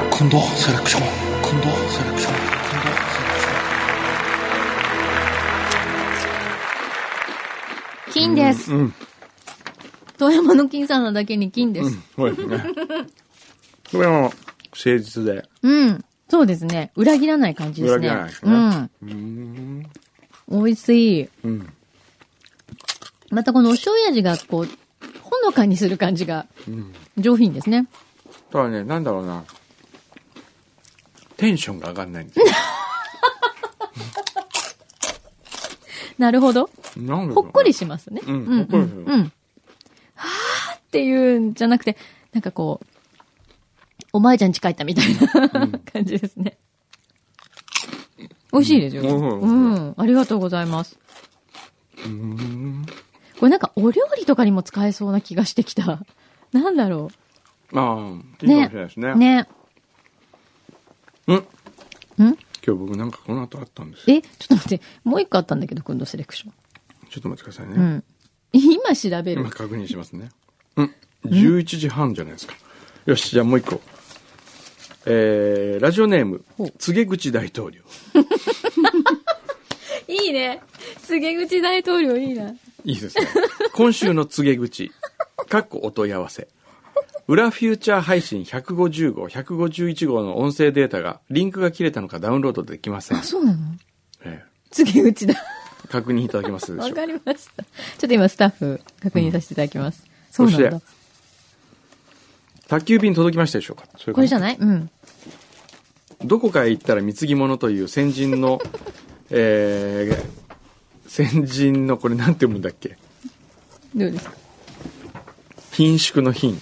Speaker 7: 今度セレクション今度セレクション今度セレクション
Speaker 5: 金です。
Speaker 4: うん。
Speaker 5: 遠山の金さんのだけに金です。
Speaker 4: そうですね。これも、誠実で。
Speaker 5: うん。そうですね。裏切らない感じですね。
Speaker 4: 裏切らないです
Speaker 5: う
Speaker 4: ね
Speaker 5: ん。美味しい。
Speaker 4: うん。
Speaker 5: またこのお醤油味がこう、ほのかにする感じが上品ですね。
Speaker 4: ただね、なんだろうな。テンションが上がんない んですよ。
Speaker 5: なるほど。
Speaker 4: なんでだろう
Speaker 5: ほ
Speaker 4: な
Speaker 5: っこりしますね。
Speaker 4: うん
Speaker 5: うん、
Speaker 4: ほっこりする
Speaker 5: うん。はーっていうんじゃなくて、なんかこう、おばあちゃん近いったみたいな 感じですね。美味しいですよね。
Speaker 4: うん
Speaker 5: うん。ありがとうございます。これなんかお料理とかにも使えそうな気がしてきた。なんだろ
Speaker 4: ああ、
Speaker 5: う。
Speaker 4: いいかもしれないですね。
Speaker 5: ね。
Speaker 4: うん。
Speaker 5: うん
Speaker 4: 今日僕なんかこの後あったんですよ。
Speaker 5: え、ちょっと待って。もう一個あったんだけど、今度セレクション。
Speaker 4: ちょっと待ってくださいうね。
Speaker 5: ん。今調べる
Speaker 4: 今。確認しますね。うん。11時半じゃないですか。よし、じゃあもう一個。えー、ラジオネーム
Speaker 5: ほう、
Speaker 4: 告げ口大統領。
Speaker 5: いいね。告げ口大統領いいな。
Speaker 4: いいですね。今週の告げ口、かっこお問い合わせ。裏フューチャー配信150号、151号の音声データが、リンクが切れたのかダウンロードできません。
Speaker 5: そうなの
Speaker 4: え
Speaker 5: 告げ口だ。
Speaker 4: え確認いただけますで
Speaker 5: わ
Speaker 4: しょう
Speaker 5: か
Speaker 4: か。
Speaker 5: りました。ちょっと今スタッフ確認させていただきます。そうなん
Speaker 4: そし
Speaker 5: だ
Speaker 4: て。宅急便届きましたでしょうかそれ
Speaker 5: これじゃないうん。
Speaker 4: どこかへ行ったら貢ぎ物という先人の、えー先人の、これなんて読むんだっけ
Speaker 5: どうですか
Speaker 4: 品縮の品。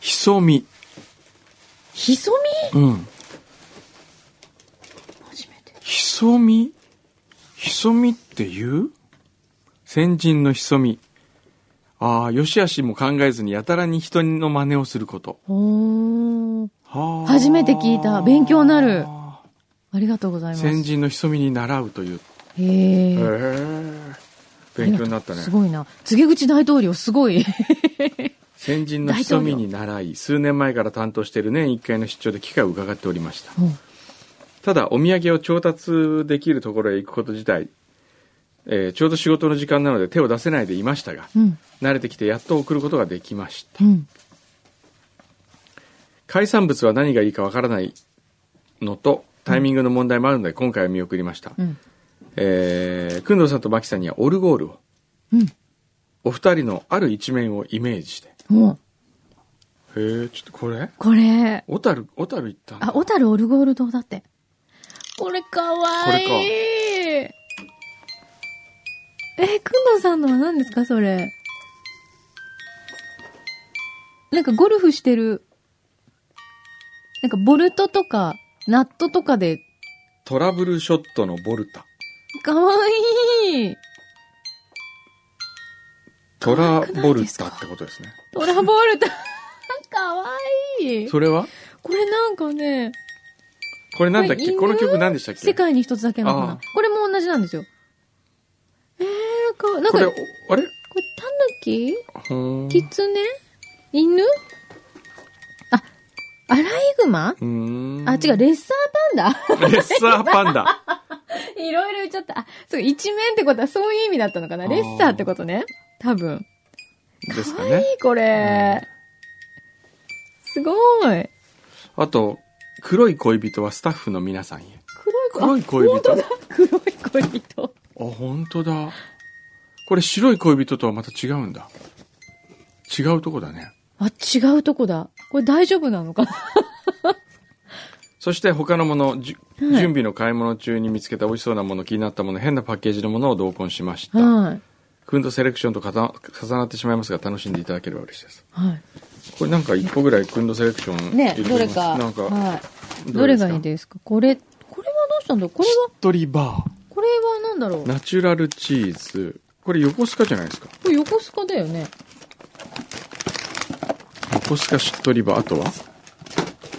Speaker 4: ひそみ。
Speaker 5: ひそ
Speaker 4: うん。
Speaker 5: み初めて。
Speaker 4: ひそみひそみって言う先人のひそみ。ああ、よしあしも考えずにやたらに人の真似をすること。
Speaker 5: おー。
Speaker 4: はあ
Speaker 5: 初めて聞いた勉強になるありがとうございます。
Speaker 4: 先人のひそみに習うという。
Speaker 5: へえ。
Speaker 4: へえ。勉強になったね
Speaker 5: す。ごいな。告げ口大統領すごい。
Speaker 4: 先人のひそみに習い、数年前から担当している年1回の出張で機会を伺っておりました。
Speaker 5: うん
Speaker 4: ただ、お土産を調達できるところへ行くこと自体、えーちょうど仕事の時間なので手を出せないでいましたが、
Speaker 5: うん。
Speaker 4: 慣れてきてやっと送ることができました
Speaker 5: うん。
Speaker 4: 海産物は何がいいかわからないのとタイミングの問題もあるので今回は見送りました、
Speaker 5: うん。
Speaker 4: えー、工藤さんとマキさんにはオルゴールを、
Speaker 5: うん
Speaker 4: お二人のある一面をイメージしてへ
Speaker 5: もう、
Speaker 4: えちょっとこれ
Speaker 5: これ。
Speaker 4: 小樽小樽行ったんだ
Speaker 5: あ、小樽オルゴール堂だって。これかわいい。
Speaker 4: こ
Speaker 5: え、くんのさんのは何ですかそれ。なんかゴルフしてる。なんかボルトとか、ナットとかで、
Speaker 4: トラブルショットのボルタ
Speaker 5: かわいい。
Speaker 4: トラボルタ
Speaker 5: か
Speaker 4: ってことですね
Speaker 5: トラボ ルタ。かわいい。
Speaker 4: それは
Speaker 5: これなんかね、
Speaker 4: これなんだっ
Speaker 5: こ
Speaker 4: け
Speaker 5: れ
Speaker 4: この曲何でしたっけ
Speaker 5: 世界に一つだけなのか
Speaker 4: ああ
Speaker 5: な。これも同じなんですよ。えー、かわなん
Speaker 4: こ
Speaker 5: か、
Speaker 4: れ
Speaker 5: こ
Speaker 4: おあれ
Speaker 5: れタヌキ
Speaker 4: ほーん
Speaker 5: キツネ犬あ、アライグマ
Speaker 4: うーん
Speaker 5: あ、違う、レッサーパンダ
Speaker 4: レッサーパンダ
Speaker 5: いろいろ言っちゃった。あ、そう、一面ってことはそういう意味だったのかな
Speaker 4: あー
Speaker 5: レッサーってことね。多分。
Speaker 4: です
Speaker 5: か
Speaker 4: か
Speaker 5: わい
Speaker 4: ね
Speaker 5: い、これ。すごい。
Speaker 4: あと、黒い恋人はスタッフの皆さんへ。
Speaker 5: 黒
Speaker 4: 黒
Speaker 5: い
Speaker 4: い恋人あ、
Speaker 5: 子。 黒い恋人。
Speaker 4: 本当だ。これ白い恋人とはまた違うんだ。違うとこだね。
Speaker 5: あ、違うとこだ。これ大丈夫なのかな
Speaker 4: そして他のもの、じゅ
Speaker 5: はい
Speaker 4: 準備の買い物中に見つけた美味しそうなもの、気になったもの、変なパッケージのものを同梱しました。
Speaker 5: はい。
Speaker 4: くんとセレクションとかた重なってしまいますが、楽しんでいただければ嬉しいです。
Speaker 5: は
Speaker 4: これなんか一個ぐらいくんとセレクショ
Speaker 5: い。
Speaker 4: ン
Speaker 5: ね
Speaker 4: 入れ、て
Speaker 5: どれ
Speaker 4: ます
Speaker 5: か。
Speaker 4: なんか、
Speaker 5: はい。どれがいいですかこれ、これはどうしたんだこれは、
Speaker 4: 鳥バー。
Speaker 5: これれは何だろう
Speaker 4: ナチュラルチーズ。これ横須賀じゃないですか。
Speaker 5: これ横須賀だよね。
Speaker 4: 横須賀しっとりバー。あとは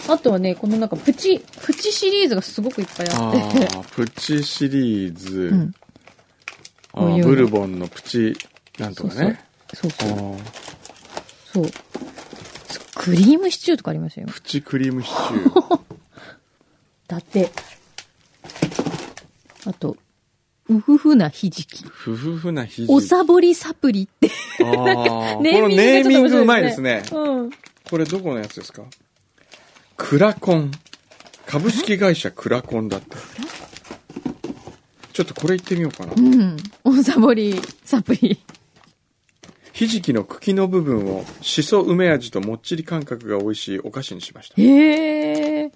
Speaker 5: あとはね、このなんかプチ、プチシリーズがすごくいっぱいあ
Speaker 4: あ
Speaker 5: って。
Speaker 4: あ、プチシリーズ。
Speaker 5: うん
Speaker 4: あ
Speaker 5: こうい
Speaker 4: ー
Speaker 5: うの
Speaker 4: ブルボンのプチ、なんとかね。
Speaker 5: そうそう。
Speaker 4: あー
Speaker 5: そう。クリームシチューとかありましたよ。
Speaker 4: プチクリームシチュ ー。
Speaker 5: だって。あと、うふふなひじき。
Speaker 4: ふふふなひじ。
Speaker 5: おさぼりサプリって。
Speaker 4: あーこ
Speaker 5: ネー
Speaker 4: の
Speaker 5: ミングが
Speaker 4: ネーミング
Speaker 5: ちょっと面白いですね
Speaker 4: うまいですね。
Speaker 5: うん。
Speaker 4: これどこのやつですかクラコン。株式会社クラコンだって。ちょっとこれ行ってみようかな。
Speaker 5: うん。おさぼりサプリ。
Speaker 4: ひじきの茎の部分をしそ梅味ともっちり感覚が美味しいお菓子にしました。
Speaker 5: へえ。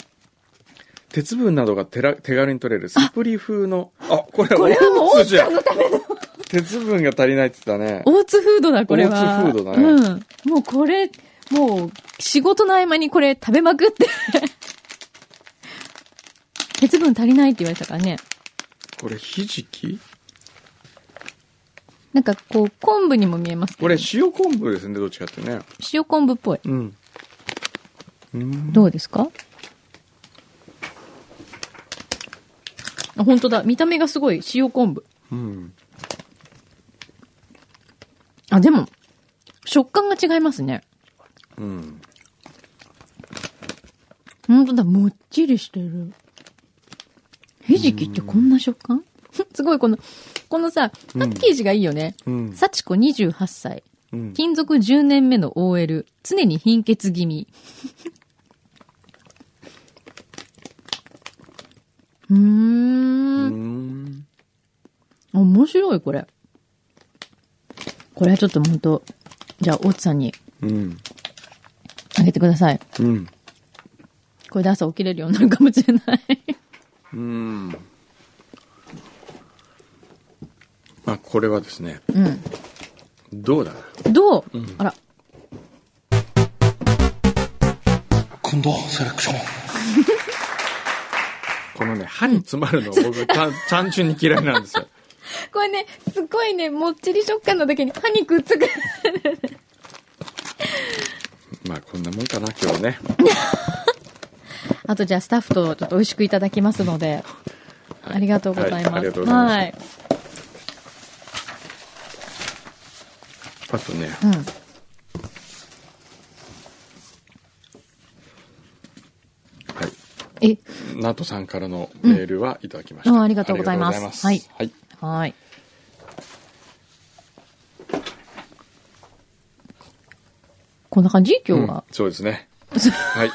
Speaker 4: 鉄分などが手ら手軽に取れるサプリ風の、あ、これは
Speaker 5: これはもう
Speaker 4: 大
Speaker 5: 大
Speaker 4: 津じ
Speaker 5: 津
Speaker 4: ゃ
Speaker 5: さ
Speaker 4: ん
Speaker 5: んのための。
Speaker 4: 鉄分が足りないって言ったね。
Speaker 5: 大津フードだ、これは。
Speaker 4: 大津フードだね。
Speaker 5: うん。もうこれ、もう、仕事の合間にこれ食べまくって。 鉄分足りないって言われたからね。
Speaker 4: これひじき
Speaker 5: なんかこう、昆布にも見えますけど。
Speaker 4: これ塩昆布ですね、どっちかってね。
Speaker 5: 塩昆布っぽい。
Speaker 4: うん。うん
Speaker 5: どうですかあ、本当だ。見た目がすごい塩昆布。
Speaker 4: うん。
Speaker 5: あ、でも、食感が違いますね。
Speaker 4: うん。
Speaker 5: 本当だ、もっちりしてる。ひじきってこんな食感 すごい、この、このさ、パッケージがいいよね。
Speaker 4: うん。
Speaker 5: 幸子28歳。
Speaker 4: うん
Speaker 5: 勤続10年目の OL。常に貧血気味。うー。
Speaker 4: うんん。
Speaker 5: 面白い、これ。これはちょっと本当じゃあ、大津さんに
Speaker 4: うん。
Speaker 5: あげてください。
Speaker 4: うん。
Speaker 5: これで朝起きれるようになるかもしれない。
Speaker 4: うん。まあ、これはですね、
Speaker 5: うん。
Speaker 4: どうだな。
Speaker 5: どう、あら。
Speaker 7: 今度セレクション
Speaker 4: このね、歯に詰まるの 僕、た単純に嫌いなんですよ。
Speaker 5: これね、すごいね、もっちり食感の時に歯にくっつく。
Speaker 4: まあ、こんなもんかな、今日ね。
Speaker 5: あとじゃあスタッフとちょっと美味しくいただきますので、ありがとうございます。
Speaker 4: はいありがとうございます
Speaker 5: はい
Speaker 4: あとね、
Speaker 5: うん。
Speaker 4: はい。
Speaker 5: え、
Speaker 4: ナトさんからのメールはいただきました。
Speaker 5: うんありがとうございます
Speaker 4: ありがとうござ
Speaker 5: はい
Speaker 4: はい。
Speaker 5: はい。こんな感じ今日
Speaker 4: うん
Speaker 5: は。
Speaker 4: そうです ね。はい。。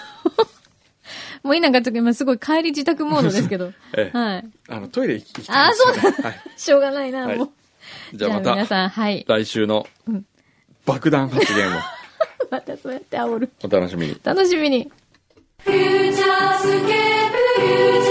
Speaker 5: もういいなんかちょっと今すごい帰り自宅モードですけど
Speaker 4: ええ
Speaker 5: はい。
Speaker 4: あの、トイレ行き行きたいんですよね、はい。
Speaker 5: しょうがないな、
Speaker 4: はい
Speaker 5: もう。
Speaker 4: じゃあま
Speaker 5: 皆
Speaker 4: た、
Speaker 5: さん、 はい。
Speaker 4: 来週の爆弾発言を
Speaker 5: またそうやって煽る。
Speaker 4: お楽しみに。
Speaker 5: 楽しみに。
Speaker 8: 「フューチャースケープフューチャースケープル」